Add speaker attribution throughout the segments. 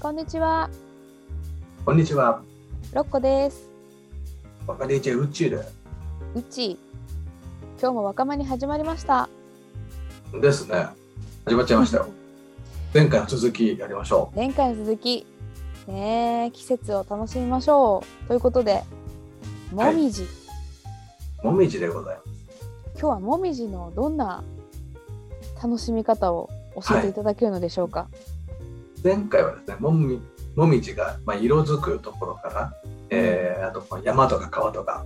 Speaker 1: こんにちは、
Speaker 2: こんにちは。
Speaker 1: ロッコです。
Speaker 2: バカ DJ 宇宙で
Speaker 1: うち、今日も若間に始まりました。
Speaker 2: ですね。始まっちゃいましたよ。前回の続きやりましょ
Speaker 1: 前回の続き、ねえ、季節を楽しみましょう。ということで、もみじ、
Speaker 2: う。もみじでございま
Speaker 1: 今日はもみじのどんな楽しみ方を教えていただけるのでしょうか。
Speaker 2: す。前回はですね、もみもみじが、まあ、色づくところから、えーあとこの山とか川とか、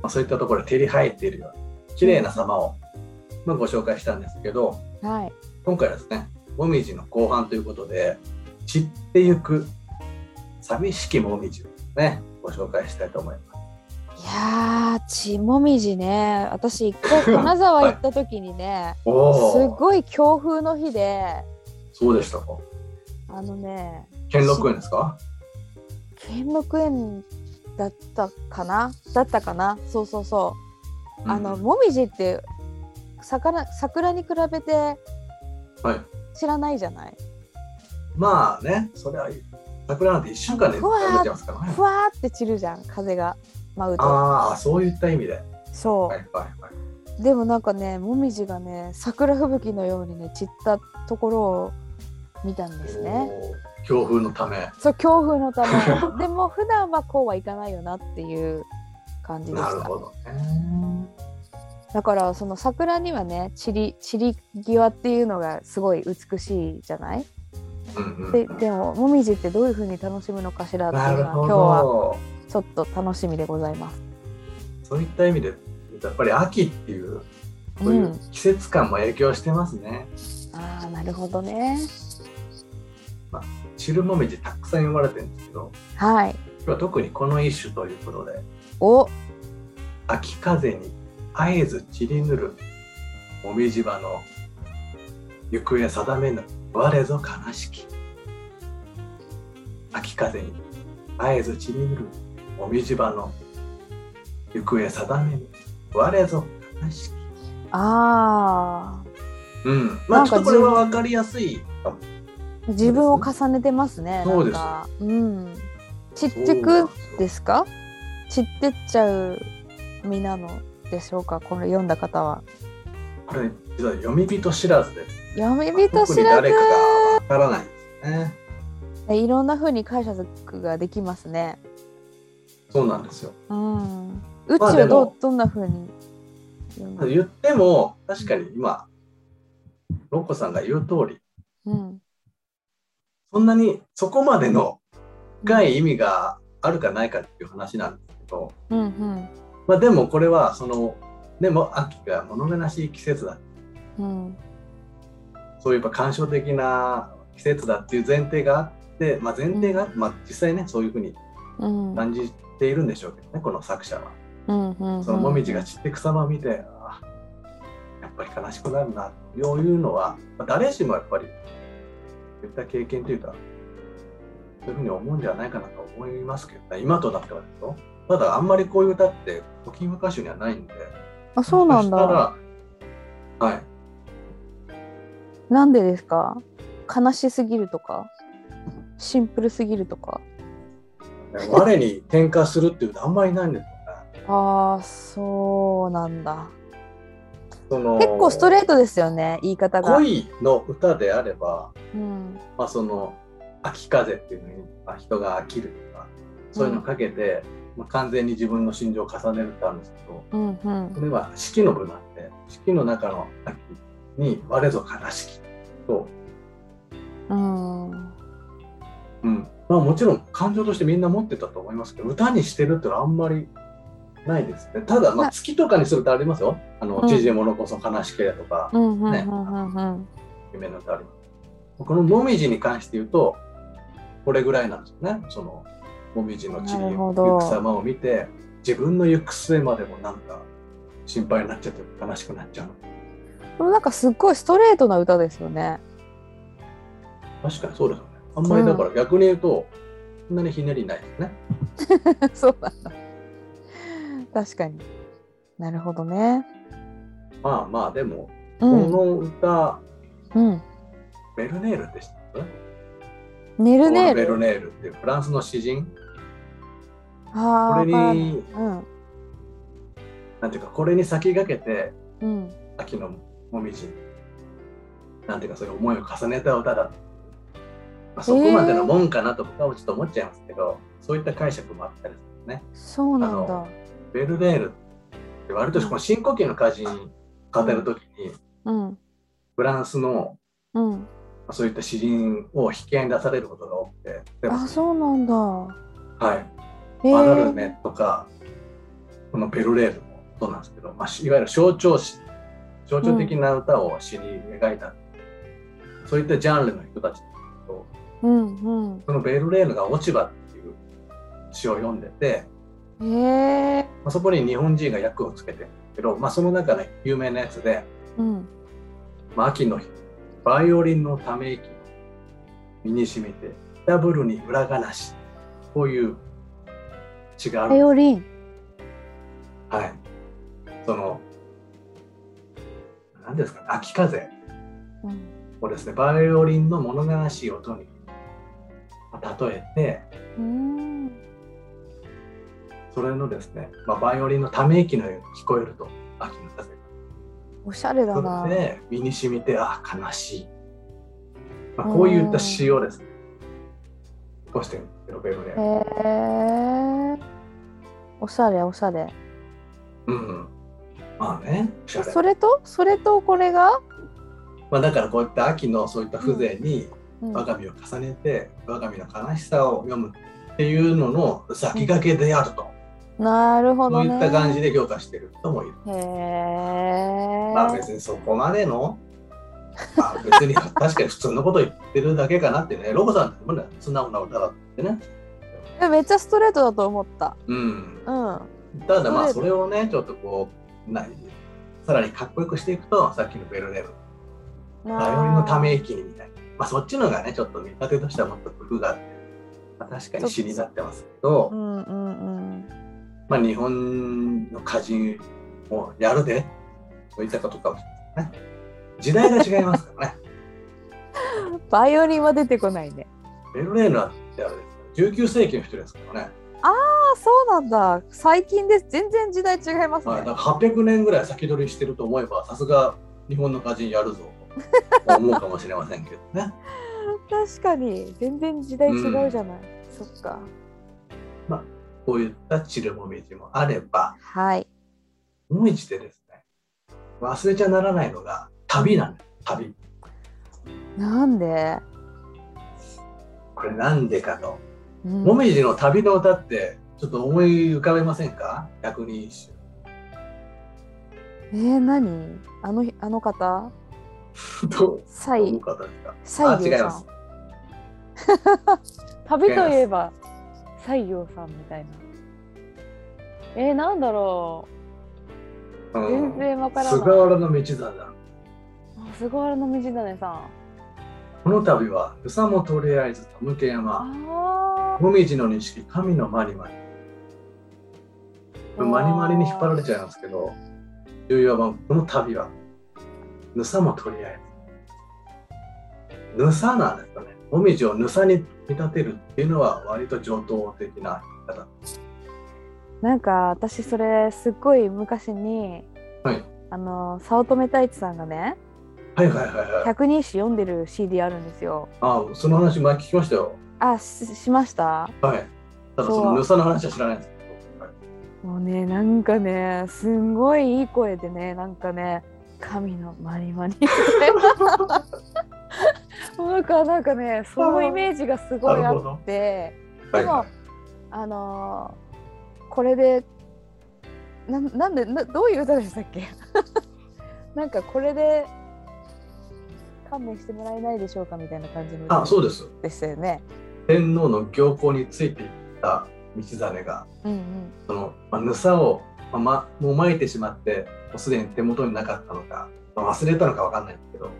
Speaker 2: まあ、そういったところで照り生えているような綺麗な様を、まあ、ご紹介したんですけど、
Speaker 1: はい、
Speaker 2: 今回はですね、もみじの後半ということで、散ってゆく寂しきもみじをね、ご紹介したいと思います。
Speaker 1: いやー、ちもみじね、私一回金沢行った時にね、す
Speaker 2: おお、
Speaker 1: ごい強風の日で、
Speaker 2: そうでしたか。
Speaker 1: あのね、
Speaker 2: 兼六園ですか
Speaker 1: 兼六園だったかなだったかなそうそうそう、あの
Speaker 2: うん
Speaker 1: もみじって魚桜に比べて
Speaker 2: はい。
Speaker 1: 知らないじゃない
Speaker 2: まあね、それは桜なんて一週間で
Speaker 1: ふわー
Speaker 2: 食べてますからね
Speaker 1: ふ。わーって散るじゃん風が舞うと
Speaker 2: ああ、そういった意味で。はい
Speaker 1: そう、
Speaker 2: はいはい。
Speaker 1: でもなんかねもみじがね桜吹雪のようにね散ったところを見たんですね
Speaker 2: おー強風のため。
Speaker 1: そう強風のた めでも普段はこうはいかないよなっていう感じでし
Speaker 2: なる
Speaker 1: た
Speaker 2: ほどね。
Speaker 1: だからその桜にはね散り散り際っていうのがすごい美しいじゃない
Speaker 2: うんうん
Speaker 1: ででももみじってどういう風に楽しむのかしらっていう
Speaker 2: な
Speaker 1: の
Speaker 2: る
Speaker 1: は
Speaker 2: ほ
Speaker 1: 今日は
Speaker 2: ど。
Speaker 1: ちょっと楽しみでございます。
Speaker 2: そういった意味で、やっぱり秋っていう、そういう季節感も影響してますね。
Speaker 1: ん、ああなるほどね。
Speaker 2: チルモミジたくさん読まれてるんですけど、
Speaker 1: はい。
Speaker 2: 今日は特にこの一種ということで、
Speaker 1: お
Speaker 2: 秋風に絶えず散りぬるもみじ場の行方定めぬ我ぞ悲しき秋風に絶えず散りぬるもみじ場の行方定めぬ我ぞ悲しき
Speaker 1: あ
Speaker 2: うんま
Speaker 1: な
Speaker 2: あ
Speaker 1: ん
Speaker 2: ちょ
Speaker 1: か
Speaker 2: っとこれは分かりやすいかも
Speaker 1: ー自分を重ねてますね。
Speaker 2: そうです
Speaker 1: なんかうん。散ってくんですか？散ってっちゃう身なのでしょうか？これ読んだ方は。
Speaker 2: これ実は読み人知らずで
Speaker 1: 読み人
Speaker 2: 特
Speaker 1: 知
Speaker 2: に
Speaker 1: ら
Speaker 2: 誰
Speaker 1: ず
Speaker 2: かが分からないですね
Speaker 1: いろんな風に解釈ができますね。
Speaker 2: そうなんですよ
Speaker 1: うん。宇宙
Speaker 2: まあ
Speaker 1: は
Speaker 2: で
Speaker 1: ど
Speaker 2: も
Speaker 1: うどんな風に読む？
Speaker 2: 言っても確かに今ロッコさんが言う通り
Speaker 1: うん。
Speaker 2: そんなにそこまでの深い意味があるかないかっていう話なんですけど、
Speaker 1: うんうん。
Speaker 2: まあ、でもこれはそのでも秋が物悲しい季節だ
Speaker 1: うん、
Speaker 2: そういえば感傷的な季節だっていう前提があって、まあ、前提があって、まあ、実際ねそういうふうに
Speaker 1: うん、
Speaker 2: 感じているんでしょうけどねこの作者は。
Speaker 1: うんうんうん
Speaker 2: そのもみじが散っていく様を見て、あーやっぱり悲しくなるなというのは、まあ誰しもやっぱり、そういった経験というか、そういうふうに思うんじゃないかなと思いますけどね、今となってはですよ。ただ、あんまりこういう歌って、古今和歌集にはないんで、
Speaker 1: あそうなん
Speaker 2: もしか
Speaker 1: だ。
Speaker 2: したら、はい、
Speaker 1: なんでですか悲しすぎるとかシンプルすぎるとか
Speaker 2: 我に転化するっていう歌、あんまりないんですよね。
Speaker 1: ああそうなんだ。
Speaker 2: その
Speaker 1: 結構ストレートですよね言い方が。
Speaker 2: 恋の歌であれば、
Speaker 1: うん
Speaker 2: まあ、その秋風っていうのに、まあ、人が飽きるとかそういうのをかけて、まあ、完全に自分の心情を重ねるってあるんですけど
Speaker 1: うんうん
Speaker 2: これは四季の部なんで四季の中の秋に「我ぞ悲しき」と、
Speaker 1: うん
Speaker 2: うんまあ、もちろん感情としてみんな持ってたと思いますけど歌にしてるってのはあんまりないですねただま
Speaker 1: な
Speaker 2: あ月とかにするとありますよ「あの
Speaker 1: うん
Speaker 2: 縮ものこそ悲しけれ」とか
Speaker 1: うんうんうん
Speaker 2: ね
Speaker 1: うん
Speaker 2: 夢の歌ありますこのもみじに関して言うとこれぐらいなんですよねそのもみじの散り
Speaker 1: なるほど
Speaker 2: 行く様を見て自分の行く末までもなんか心配になっちゃって悲しくなっちゃう
Speaker 1: これなんかすっごいストレートな歌ですよね。
Speaker 2: 確かにそうですよねあんまりだから逆に言うと、そんなにひねりないですね
Speaker 1: そうなんだ。確かに。なるほどね。
Speaker 2: まあまあでも、
Speaker 1: うん
Speaker 2: この歌
Speaker 1: うん
Speaker 2: ベルネールでしたね
Speaker 1: ネルネー
Speaker 2: ベ
Speaker 1: ル
Speaker 2: ルネールっていうフランスの詩人
Speaker 1: あ
Speaker 2: これ
Speaker 1: ーわかんない
Speaker 2: になんていうかこれに先駆けて
Speaker 1: うんうん
Speaker 2: 秋のもみじなんていうかそういう思いを重ねた歌だ、まあ、そこまでのもんかなと僕はちょっと思っちゃいますけど、そういった解釈もあったりするんですね。
Speaker 1: そうなん
Speaker 2: あ
Speaker 1: だ
Speaker 2: ベルレールって割とこの深呼吸の歌人語る時に、
Speaker 1: うん
Speaker 2: フランスの
Speaker 1: うん
Speaker 2: まあそういった詩人を引き合いに出されることが多くて、でも
Speaker 1: あそうなんだ
Speaker 2: はい、
Speaker 1: へえ
Speaker 2: マダルメとか、このベルレールもそうなんですけど、まあ、しいわゆる象徴詩、象徴的な歌を詩に描いた、そういったジャンルの人たちなんですけど、
Speaker 1: うん
Speaker 2: そのベルレールが落ち葉っていう詩を読んでて、
Speaker 1: うんへえ
Speaker 2: まあ、そこに日本人が訳をつけてるんですけど、まあ、その中で有名なやつで、
Speaker 1: うん
Speaker 2: まあ、秋の日、バイオリンのため息を身に染みて、ダブルに裏がし、こういう詩がある
Speaker 1: バ
Speaker 2: んです
Speaker 1: イオリン
Speaker 2: はい。その、何ですかね、秋風
Speaker 1: うん
Speaker 2: をですね、バイオリンの物悲しい音に例えて、
Speaker 1: うん
Speaker 2: それのですね、まあ、バイオリンのため息のように聞こえると、秋の風
Speaker 1: おしゃれだ
Speaker 2: が。
Speaker 1: な
Speaker 2: それで、身に染みて、ああ、悲しい。まあ、こういった詩をですね、起こしてるんですけど、ベルレ
Speaker 1: へ
Speaker 2: ン。
Speaker 1: えおしゃれおしゃれ
Speaker 2: うん。まあね、おしゃれ
Speaker 1: それとそれとこれが、
Speaker 2: まあ、だからこういった秋のそういった風情に、
Speaker 1: うん
Speaker 2: 我が身を重ねて我が身の悲しさを読むっていうのの先駆けであると、
Speaker 1: なるほ
Speaker 2: そ
Speaker 1: ど
Speaker 2: う
Speaker 1: ね
Speaker 2: いった感じで評価してる人もいる、
Speaker 1: へ
Speaker 2: まあ
Speaker 1: え
Speaker 2: 別にそこまでの、まあ、別に 確かに普通のこと言ってるだけかなってねロコさんってもね素直な歌だってね
Speaker 1: えめっちゃストレートだと思った
Speaker 2: うん
Speaker 1: うん
Speaker 2: ただまあ
Speaker 1: そ
Speaker 2: そうれをねちょっとこうなさらにかっこよくしていくとさっきのベルネームバイオリンのため息みたいな、まあ、そっちのがねちょっと見立てとしてはもっと工夫があって、まあ、確かに詩になってますけど、
Speaker 1: うんうんうん
Speaker 2: まあ、日本の歌人をやるで、そういったことかもしれないですね。時代が違いますからね。
Speaker 1: バイオリンは出てこないね
Speaker 2: ベルレーヌはってあれですから19世紀の人ですからね。
Speaker 1: あそうなんだ最近です全然時代違います
Speaker 2: まあ、だ
Speaker 1: ね
Speaker 2: から800年ぐらい先取りしてると思えば、さすが日本の歌人やるぞと思うかもしれませんけどね。
Speaker 1: 確かに全然時代違うじゃない、そっか
Speaker 2: こういったチルモミジもあれば、
Speaker 1: はい
Speaker 2: もう一でですね、忘れちゃならないのが旅なんです。旅。
Speaker 1: なんで
Speaker 2: これなんでかと。
Speaker 1: うん
Speaker 2: もみじの旅の歌って、ちょっと思い浮かべませんか百人一首。
Speaker 1: えー、何あのあの方
Speaker 2: どう
Speaker 1: サ
Speaker 2: どうい
Speaker 1: イ
Speaker 2: う方ですか
Speaker 1: 西行
Speaker 2: あ違い
Speaker 1: さ
Speaker 2: ま
Speaker 1: ん
Speaker 2: す。
Speaker 1: 旅といえば西行さんみたいなえー、なんだろう全然わからない
Speaker 2: 菅原の道真だ。
Speaker 1: あ菅原道真さん
Speaker 2: この度は、宇佐もとりあえず、田向山、
Speaker 1: あ
Speaker 2: もみじの錦、神のまりまり。
Speaker 1: あ
Speaker 2: まりまりに引っ張られちゃいますけど、14番、この度は、ぬさもとりあえず。ぬさなんですかね。もみじをぬさに見立てるっていうのは、割と上等的な言い方。
Speaker 1: なんか私それすっごい昔に、
Speaker 2: はい
Speaker 1: あの早乙女太一さんがね
Speaker 2: はいはいはいはい。
Speaker 1: 百人一首読んでる CD あるんですよ
Speaker 2: あその話、前聞きましたよ。
Speaker 1: あししました
Speaker 2: はい。ただ、そ
Speaker 1: そう
Speaker 2: のぬさの話は知らないんですけど。はい
Speaker 1: もうねなんかねすんごいいい声でねなんかね神のまり まりも うなんかなんかねそのイメージがすごいあってでもあのーこれでなんなんでなどういう歌でしたっけ なんかこれで勘弁してもらえないでしょうかみたいな感じの
Speaker 2: あ、
Speaker 1: 歌
Speaker 2: そうです。
Speaker 1: でしたよね。
Speaker 2: 天皇の行幸についていった道真が、
Speaker 1: うんうん
Speaker 2: その、まあ、ぬさを、まあま、もうまいてしまって、もうすでに手元になかったのか、まあ忘れたのかわかんないんですけど、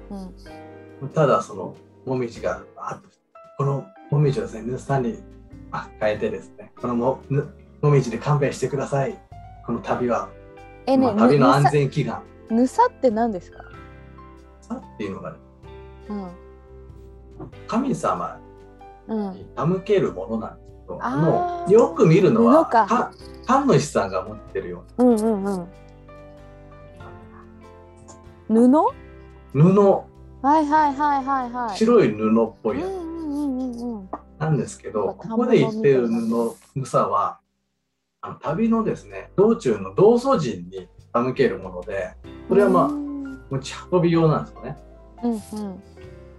Speaker 1: うん
Speaker 2: ただ、その、もみじが、あこのもみじをですね、ぬさにあ変えてですね、このもぬもみじで勘弁してください。この旅は、
Speaker 1: えね
Speaker 2: まあ、旅の安
Speaker 1: ぬ
Speaker 2: 全祈願。
Speaker 1: さぬさって何ですか、
Speaker 2: さっていうのが、ね、
Speaker 1: うん、
Speaker 2: 神様
Speaker 1: うん、
Speaker 2: 手向けるものなんですけど、
Speaker 1: あー
Speaker 2: もうよく見るのは
Speaker 1: 布か
Speaker 2: か神主さんが持ってるよ
Speaker 1: うんうんうん布
Speaker 2: うな布、
Speaker 1: はいはいはいはいはい。
Speaker 2: 白い布っぽ
Speaker 1: う
Speaker 2: い
Speaker 1: ん
Speaker 2: や
Speaker 1: う
Speaker 2: つ
Speaker 1: んうんうんうん。
Speaker 2: なんですけど、
Speaker 1: なんか
Speaker 2: ここで言ってる布むさはあの旅のですね道中の道祖人に手向けるものでそれは
Speaker 1: う
Speaker 2: ま
Speaker 1: ん
Speaker 2: あ持ち運び用なんですよね。
Speaker 1: うんうん。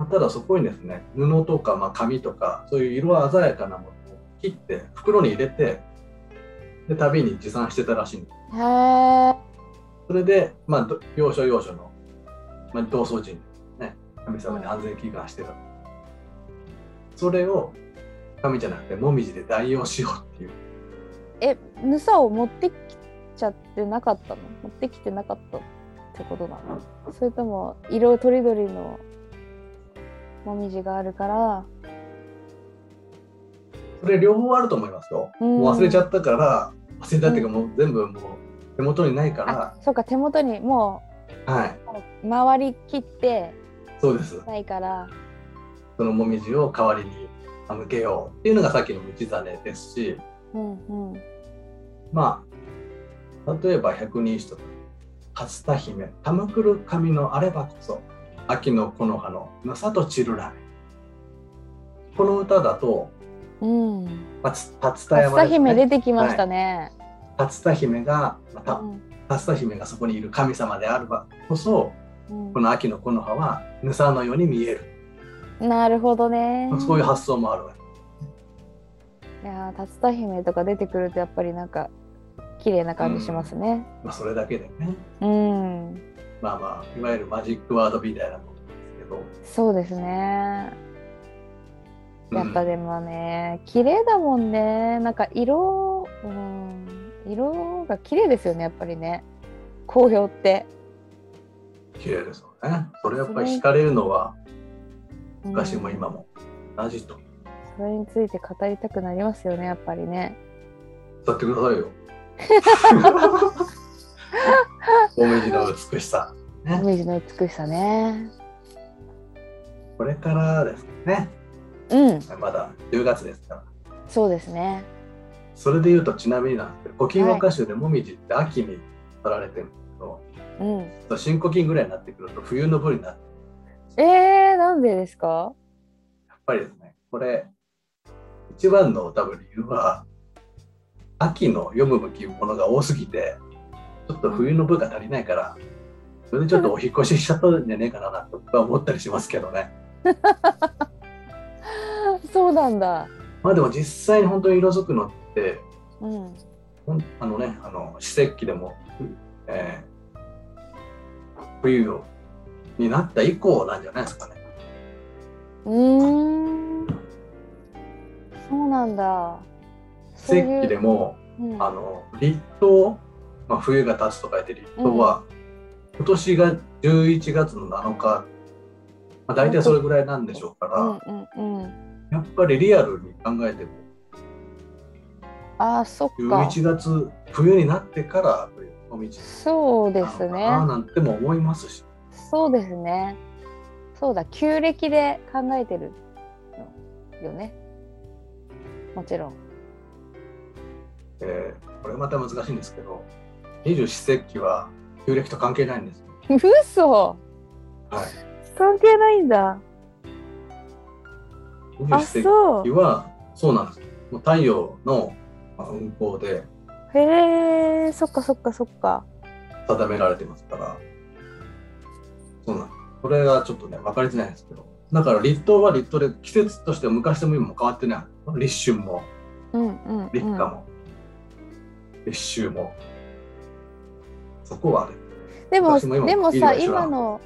Speaker 2: ただそこにですね布とか、まあ、紙とかそういう色鮮やかなものを切って袋に入れてで旅に持参してたらしいんです
Speaker 1: へえ。
Speaker 2: それで、まあ、ど要所要所の、まあ、同窓人、ね、神様に安全祈願してた。それを神じゃなくて、もみじで代用しようっていう。
Speaker 1: え、ぬさを持ってきちゃってなかったの持ってきてなかったってことなのそれとも色とりどりのもみじがあるから。
Speaker 2: それ両方あると思いますよ。
Speaker 1: うん
Speaker 2: もう忘れちゃったから、忘れたっていうか、もう全部もう手元にないか
Speaker 1: あ、そうか手元にも
Speaker 2: ら、はい、
Speaker 1: う回りきって
Speaker 2: そうです。
Speaker 1: ないから。
Speaker 2: そのもみじを代わりに向けようっていうのがさっきの道真ですし、
Speaker 1: うんうん。
Speaker 2: まあ、例えば百人一首とか、勝田姫、たむくる髪のあればこそ、秋の木の葉のぬさと散るらめ。この歌だと、
Speaker 1: うん。
Speaker 2: まあ、つ竜田
Speaker 1: パ
Speaker 2: 山
Speaker 1: ス
Speaker 2: です、ね、
Speaker 1: 姫出てきましたね。
Speaker 2: 竜田姫が、また
Speaker 1: うん
Speaker 2: 竜田姫がそこにいる神様であればこそ、
Speaker 1: うん
Speaker 2: この秋の木の葉はぬさのように見える。
Speaker 1: なるほどね。
Speaker 2: そういう発想もあるわけ。
Speaker 1: いやー竜田姫とか出てくるとやっぱりなんか綺麗な感じしますね。
Speaker 2: まあ、それだけでね、
Speaker 1: うん、
Speaker 2: まあまあ、いわゆるマジックワードみたいなものですけど。
Speaker 1: そうですね。
Speaker 2: うん
Speaker 1: やっぱでもね、綺麗だもんね。なんか色、うん、色が綺麗ですよねやっぱりね。紅葉って。
Speaker 2: 綺麗ですよね。それやっぱり惹かれるのは
Speaker 1: うん
Speaker 2: 昔も今。も同じと。
Speaker 1: それについて語りたくなりますよねやっぱりね。
Speaker 2: 歌ってくださいよ。もみじの美しさ。ね
Speaker 1: 紅葉の美しさね。
Speaker 2: これからですね。
Speaker 1: うん、
Speaker 2: まだ10月ですから。
Speaker 1: そうですね。
Speaker 2: それで言うとちなみになんですけど、古今和歌集でもみじって秋に取られてるんですけど、
Speaker 1: うん。
Speaker 2: ちょっと新古今ぐらいになってくると冬の部になって、
Speaker 1: えー、なんでですか？
Speaker 2: やっぱりですね、これ、一番の多分理由は、秋の読むべきものが多すぎて、ちょっと冬の部が足りないから、それでちょっとお引っ越ししちゃったんじゃねえかなと僕は思ったりしますけどね。
Speaker 1: そうなんだ。
Speaker 2: まあでも実際に本当に色づくのって、
Speaker 1: うん。
Speaker 2: ほんあのね、あの四節気でも、えー冬をになった以降なんじゃないですかね。
Speaker 1: うーん。そうなんだ。そういう
Speaker 2: 節気でも、
Speaker 1: うん、
Speaker 2: あの立冬、まあ、冬が立つと書いて立冬は、今年が11月の7日、まあ、大体それぐらいなんでしょうから、
Speaker 1: うんうんうん。
Speaker 2: やっぱりリアルに考えても
Speaker 1: あー、そっか。
Speaker 2: 11月冬になってからやっぱりお道
Speaker 1: そうで
Speaker 2: なの
Speaker 1: す
Speaker 2: か
Speaker 1: ね。
Speaker 2: ななんても思いますし、
Speaker 1: そうですね。そうだ、旧暦で考えてるのよね。もちろん。
Speaker 2: えーこれまた難しいんですけど二十四節気は旧暦と関係ないんですよ。
Speaker 1: 嘘。
Speaker 2: はい
Speaker 1: 関係ないんだ。
Speaker 2: 二十
Speaker 1: あ、
Speaker 2: 四節
Speaker 1: そ
Speaker 2: 気
Speaker 1: う。
Speaker 2: はそうなんですよ。もう太陽のまあ運行で
Speaker 1: へえ、そっかそっかそっか。
Speaker 2: 定められてますから、そうなんです。これがちょっとね、分かりづらいんですけど、だから立冬は立冬で、季節としては昔でも今も変わってない。立春も、
Speaker 1: うんうん、うん。
Speaker 2: 立夏も、立秋も。そこはね、
Speaker 1: でも
Speaker 2: 私も今
Speaker 1: でもさ
Speaker 2: いいのかしら
Speaker 1: 今の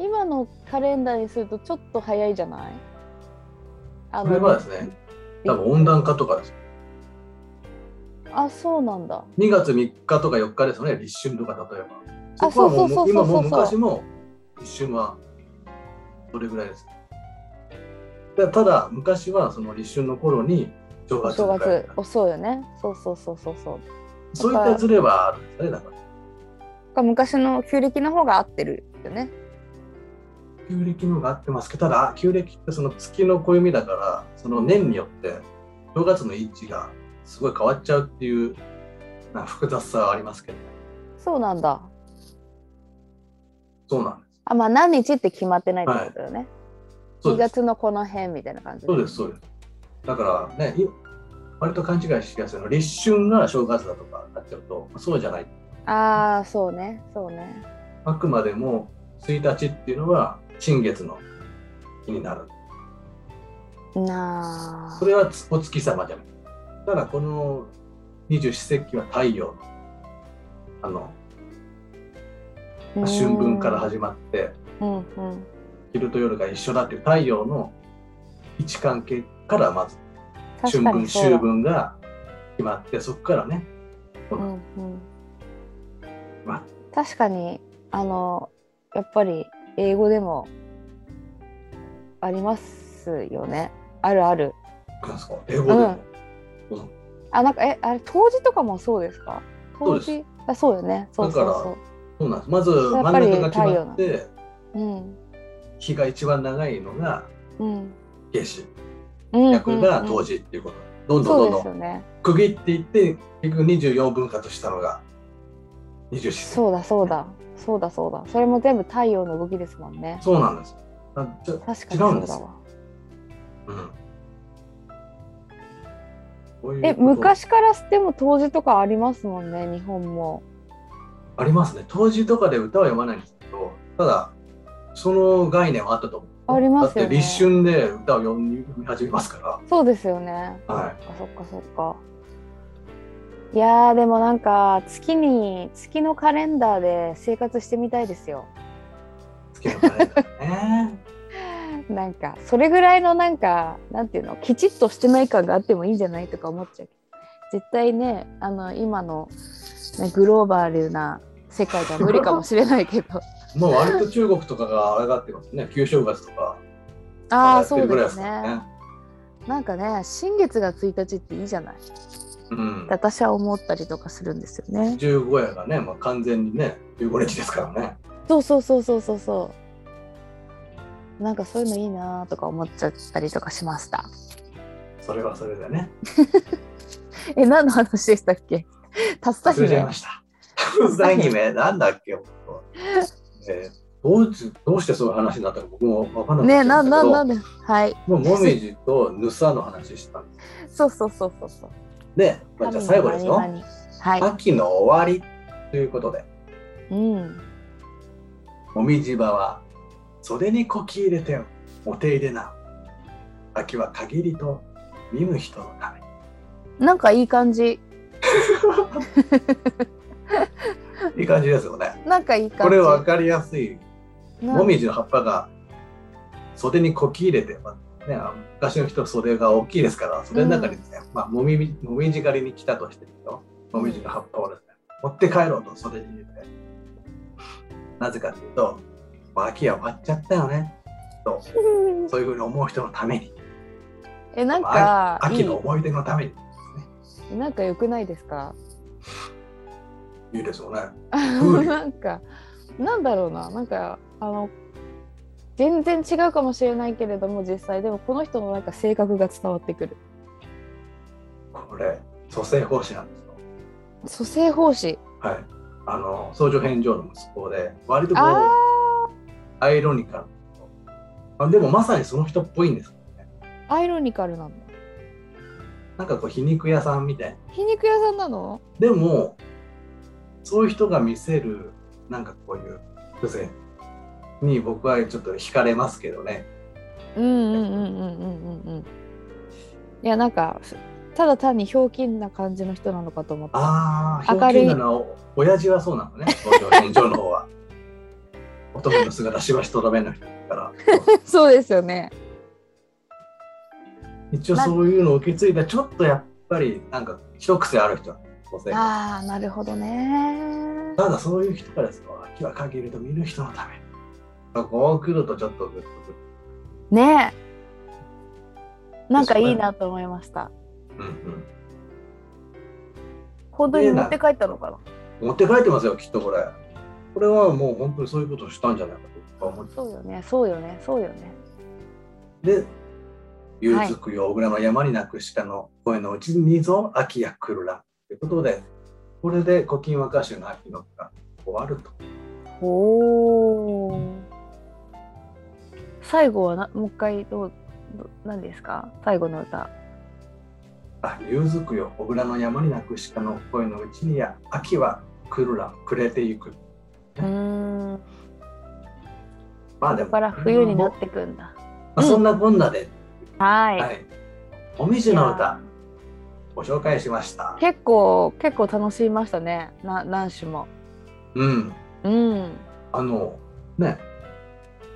Speaker 1: 今のカレンダーにするとちょっと早いじゃないあ
Speaker 2: これはですね、多分温暖化とかです。
Speaker 1: あそうなんだ
Speaker 2: 2月3日とか4日ですよね、立春とか例えば。
Speaker 1: あ
Speaker 2: こはも
Speaker 1: そうそうそうそうそう
Speaker 2: 今も昔も立春はどれぐらいですかただ、昔はその立春の頃に正
Speaker 1: お
Speaker 2: 月
Speaker 1: 正
Speaker 2: を迎え
Speaker 1: 月
Speaker 2: た
Speaker 1: おそうよねそうそうそうそうそう
Speaker 2: そういったズレはあるんですね、だから。
Speaker 1: だから昔の旧暦の方が合ってるよね
Speaker 2: 旧暦のが合ってますけどただ旧暦ってその月の暦だからその年によって正月の位置がすごい変わっちゃうっていうなんか複雑さはありますけどね
Speaker 1: そうなんだ。
Speaker 2: そうなんです
Speaker 1: あ、まあ何日って決まってないってことだよね。
Speaker 2: そ
Speaker 1: 2
Speaker 2: うです
Speaker 1: 月のこの辺みたいな感じ
Speaker 2: そうですそうですだからねい割と勘違いしやすいの立春が正月だとかなっちゃうとそうじゃない
Speaker 1: ああ、そうね、そうね。
Speaker 2: あくまでも1日っていうのは新月の日になる
Speaker 1: なあ。
Speaker 2: それはつお月様じゃない。ただこの二十四節気は太陽のあの
Speaker 1: うーん
Speaker 2: 春分から始まって
Speaker 1: うんうん。
Speaker 2: 昼と夜が一緒だっていう太陽の位置関係からまず
Speaker 1: 確
Speaker 2: 春
Speaker 1: か
Speaker 2: 分
Speaker 1: にそうだ
Speaker 2: 秋。分が決まってそこからね
Speaker 1: うんうん
Speaker 2: まあ。
Speaker 1: 確かにあのやっぱり英語でもありますよね。あるある。
Speaker 2: なんすか英語でも、
Speaker 1: あなんかえあれ冬至とかもそうですか？
Speaker 2: そ
Speaker 1: 冬
Speaker 2: うです
Speaker 1: 至あそうよね。そうそう
Speaker 2: だ
Speaker 1: そ
Speaker 2: そうなんですまず
Speaker 1: やっ
Speaker 2: 真
Speaker 1: ぱ
Speaker 2: ん
Speaker 1: り
Speaker 2: 中が決まっ
Speaker 1: 太
Speaker 2: て
Speaker 1: う。うん
Speaker 2: 日が一番長いのが
Speaker 1: うん。
Speaker 2: 夏至
Speaker 1: うん
Speaker 2: 逆が
Speaker 1: うんうん
Speaker 2: 冬至っていうこと、どんどん
Speaker 1: そ
Speaker 2: ど
Speaker 1: うんで
Speaker 2: どん
Speaker 1: すよね。
Speaker 2: 区切っていって結局24分割したのが24節気
Speaker 1: そうだそうだそうだそうだ。それも全部太陽の動きですもんね。
Speaker 2: そうなんですなんちょ
Speaker 1: 確か
Speaker 2: 違
Speaker 1: に
Speaker 2: う
Speaker 1: そ
Speaker 2: んで
Speaker 1: う
Speaker 2: す
Speaker 1: だ
Speaker 2: よ
Speaker 1: わ。
Speaker 2: うんこういう
Speaker 1: え
Speaker 2: こと
Speaker 1: 昔からでも冬至とかありますもんね日本も。
Speaker 2: ありますね当時とかで歌は読まないんですけどただその概念はあったと思う
Speaker 1: ありますよね
Speaker 2: だって立春で歌を読み始めますか
Speaker 1: そうですよね。
Speaker 2: らはい
Speaker 1: そっかそっかそっか。いやーでもなんか月に月のカレンダーで生活してみたいですよ。
Speaker 2: 月のカレンダ ーね
Speaker 1: なんかそれぐらいのなんかなんていうのきちっとしてない感があってもいいんじゃないとか思っちゃう。絶対ねあの今の、ね、グローバルな世界では無理かもしれないけど。
Speaker 2: もう割と中国とかがあれがってますね旧正月とか
Speaker 1: あ
Speaker 2: や
Speaker 1: あ
Speaker 2: って
Speaker 1: そう
Speaker 2: るぐら
Speaker 1: で
Speaker 2: いです
Speaker 1: す
Speaker 2: からね
Speaker 1: ね。なんかね新月が1日っていいじゃない。
Speaker 2: うん
Speaker 1: って私は思ったりとかするんですよね。
Speaker 2: 十五夜がね、まあ、完全にね15日ですからね
Speaker 1: そうそうそうそうそうそう。なんかそういうのいいなとか思っちゃったりとかしました。
Speaker 2: それはそれでね
Speaker 1: え、何の話でしたっけ？ 竜田
Speaker 2: 忘れちゃい
Speaker 1: 姫
Speaker 2: ま。した歌姫なんだっけ本 当えーどうつどうしてそういう話になったか僕も分かんない
Speaker 1: ね、な
Speaker 2: っ
Speaker 1: ん
Speaker 2: た
Speaker 1: なんんなん
Speaker 2: だ
Speaker 1: で、はい。
Speaker 2: けどもうもみじとぬさの話したんです
Speaker 1: そうそうそうそうそう。
Speaker 2: で、まあ、じゃあ最後ですよ
Speaker 1: 神の何々は
Speaker 2: 秋の終わりということで
Speaker 1: い。うん。
Speaker 2: もみじ場は袖にこき入れてお手入れな秋は限りと見む人のため
Speaker 1: なんかいい感じ。
Speaker 2: いい感じですよね
Speaker 1: なんかいい感じ。
Speaker 2: これ分かりやすい
Speaker 1: なん
Speaker 2: もみじの葉っぱが袖にこき入れて、まあね、あの昔の人は袖が大きいですから袖の中にですね、まあ、もみじもみじ狩りに来たとしてですよもみじの葉っぱをですね持って帰ろうと袖に入れてなぜかというとまあ秋は終わっちゃったよねとそういうふうに思う人のために
Speaker 1: え、なんかい
Speaker 2: 秋の
Speaker 1: い。
Speaker 2: 思い出のために
Speaker 1: なんか良くないですか？
Speaker 2: いいですよね風流
Speaker 1: なんかなんだろうななんかあの全然違うかもしれないけれども実際でもこの人のなんか性格が伝わってくる
Speaker 2: これ蘇生奉仕なんですよ
Speaker 1: 蘇生奉仕
Speaker 2: はいあの相乗返上の息子で割とこう
Speaker 1: あ
Speaker 2: アイロニカルあでもまさにその人っぽいんですよね
Speaker 1: ーアイロニカルなんだ
Speaker 2: なんかこう皮肉屋さんみたいな
Speaker 1: 皮肉屋さんなの
Speaker 2: でもそういう人が見せるなんかこういう風情に僕はちょっと惹かれますけどね
Speaker 1: うんうんうんうんうんうんうんいやなんかただ単にひょうきんな感じの人なのかと思った
Speaker 2: ああ
Speaker 1: 明るい
Speaker 2: なのは親父はそうなのね東京天井の方は 乙女の姿しばしとどめの人だから
Speaker 1: そうですよね
Speaker 2: 一応そういうのを受け継いだちょっとやっぱりなんか一癖ある人なんです個性が
Speaker 1: ああなるほどね
Speaker 2: ただそういう人からですよ秋は限ると見る人のためにこう来るとちょっとグッとくる
Speaker 1: ねえなんかいいなと思いました
Speaker 2: うんうん
Speaker 1: 本当に持って帰ったのかな
Speaker 2: 持って帰ってますよきっとこれこれはもう本当にそういうことをしたんじゃないかと思っ
Speaker 1: そうよねそうよねそうよね
Speaker 2: で夕づくよ小倉の山になくしたの声のうちにぞ秋や来るらということでこれで古今和歌集の秋の句が終わると
Speaker 1: おお最後はなもう一回どうど何ですか最後の歌
Speaker 2: あ夕づくよ小倉の山になくしたの声のうちにや秋は来るら暮れてゆく
Speaker 1: うーん
Speaker 2: ま
Speaker 1: こ
Speaker 2: あで
Speaker 1: れ
Speaker 2: も
Speaker 1: から冬になってくんだ
Speaker 2: まあ、そんなこんなで、
Speaker 1: はい、
Speaker 2: はい、おみじの歌ご紹介しました。
Speaker 1: 結構結構楽しみましたねな何種も
Speaker 2: うん、
Speaker 1: うん
Speaker 2: あのね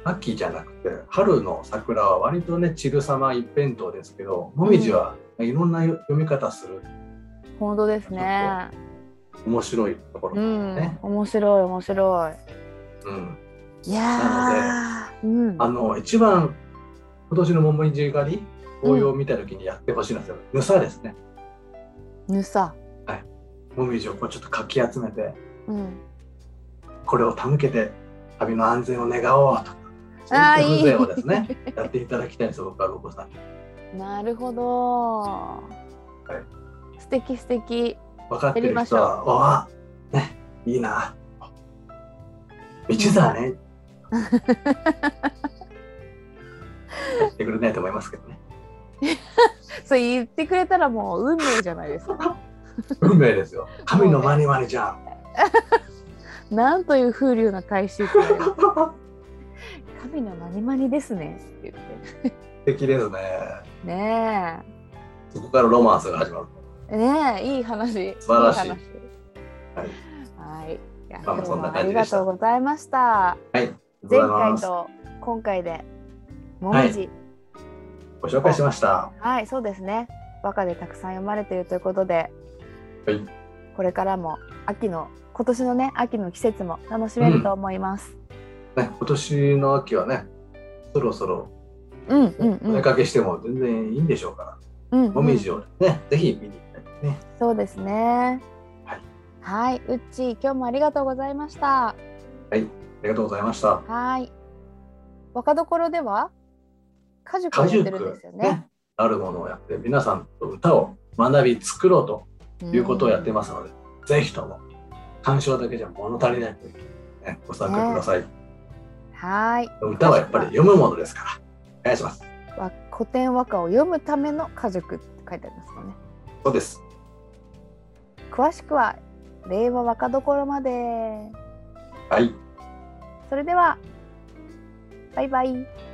Speaker 2: 秋じゃなくて春の桜は割とね散る様一辺倒ですけどもみじはいろんな読み方する
Speaker 1: 本当ですね
Speaker 2: 面白いところ
Speaker 1: う
Speaker 2: です
Speaker 1: ん、
Speaker 2: ね。
Speaker 1: 面白い面白
Speaker 2: うん、
Speaker 1: いいやーうん
Speaker 2: あの一番今年の桃じ狩り紅葉を見た時にやってほしいのはですよ、ぬさですね。
Speaker 1: ぬさ
Speaker 2: もみじをこうちょっとかき集めて
Speaker 1: うん
Speaker 2: これを手向けて旅の安全を願おうとか
Speaker 1: あー
Speaker 2: そういった風情を
Speaker 1: いい
Speaker 2: ですねやっていただきたいんです僕はロコさん
Speaker 1: なるほど素敵素敵
Speaker 2: 分かって
Speaker 1: やり
Speaker 2: る
Speaker 1: まし
Speaker 2: 人
Speaker 1: ょう
Speaker 2: は「おあねいいな」道だねやってくれないと思いますけどね
Speaker 1: それ言ってくれたらもう運命じゃないです か
Speaker 2: 運命ですよ神のマニマニじゃん
Speaker 1: なんという風流な回収という神のまにまにですねって言って
Speaker 2: 素敵ですね
Speaker 1: ね
Speaker 2: そこからロマンスが始まる
Speaker 1: えねえいい話
Speaker 2: 素晴らしい
Speaker 1: い話
Speaker 2: はい
Speaker 1: はいいや
Speaker 2: まあ
Speaker 1: 今日
Speaker 2: そんな
Speaker 1: はあ
Speaker 2: 感
Speaker 1: り
Speaker 2: じ
Speaker 1: が
Speaker 2: でした
Speaker 1: とうございました
Speaker 2: はい
Speaker 1: 前
Speaker 2: ございま
Speaker 1: 回
Speaker 2: す
Speaker 1: と今回でもみじ
Speaker 2: ご紹介しました
Speaker 1: はい、そうですね。和歌でたくさん読まれているということで、
Speaker 2: はい
Speaker 1: これからも秋の今年のね秋の季節も楽しめると思います。
Speaker 2: ね今年の秋はねそろそろ
Speaker 1: うんうんう
Speaker 2: お
Speaker 1: ん。
Speaker 2: 出かけしても全然いいんでしょうから、
Speaker 1: うんうん
Speaker 2: もみじをねぜひ見に行きたいですね
Speaker 1: そうですね。
Speaker 2: はい。
Speaker 1: はい、うっちー今日もありがとうございました。
Speaker 2: ありがとうございました
Speaker 1: はい。若どころでは果樹を
Speaker 2: 果
Speaker 1: やっ
Speaker 2: 樹
Speaker 1: てるんで
Speaker 2: 区
Speaker 1: すよね。
Speaker 2: ねあるものをやって皆さんと歌を学び作ろうと
Speaker 1: うん
Speaker 2: いうことをやってますので、ぜひとも鑑賞だけじゃ物足りないという、ね、ご参加ください、
Speaker 1: はい。
Speaker 2: 歌はやっぱり読むものですからお願いします
Speaker 1: わ古典和歌を読むための果樹って書いてありますよね。
Speaker 2: そうです
Speaker 1: 詳しくは令和若どころまで。
Speaker 2: はい
Speaker 1: それでは、バイバイ。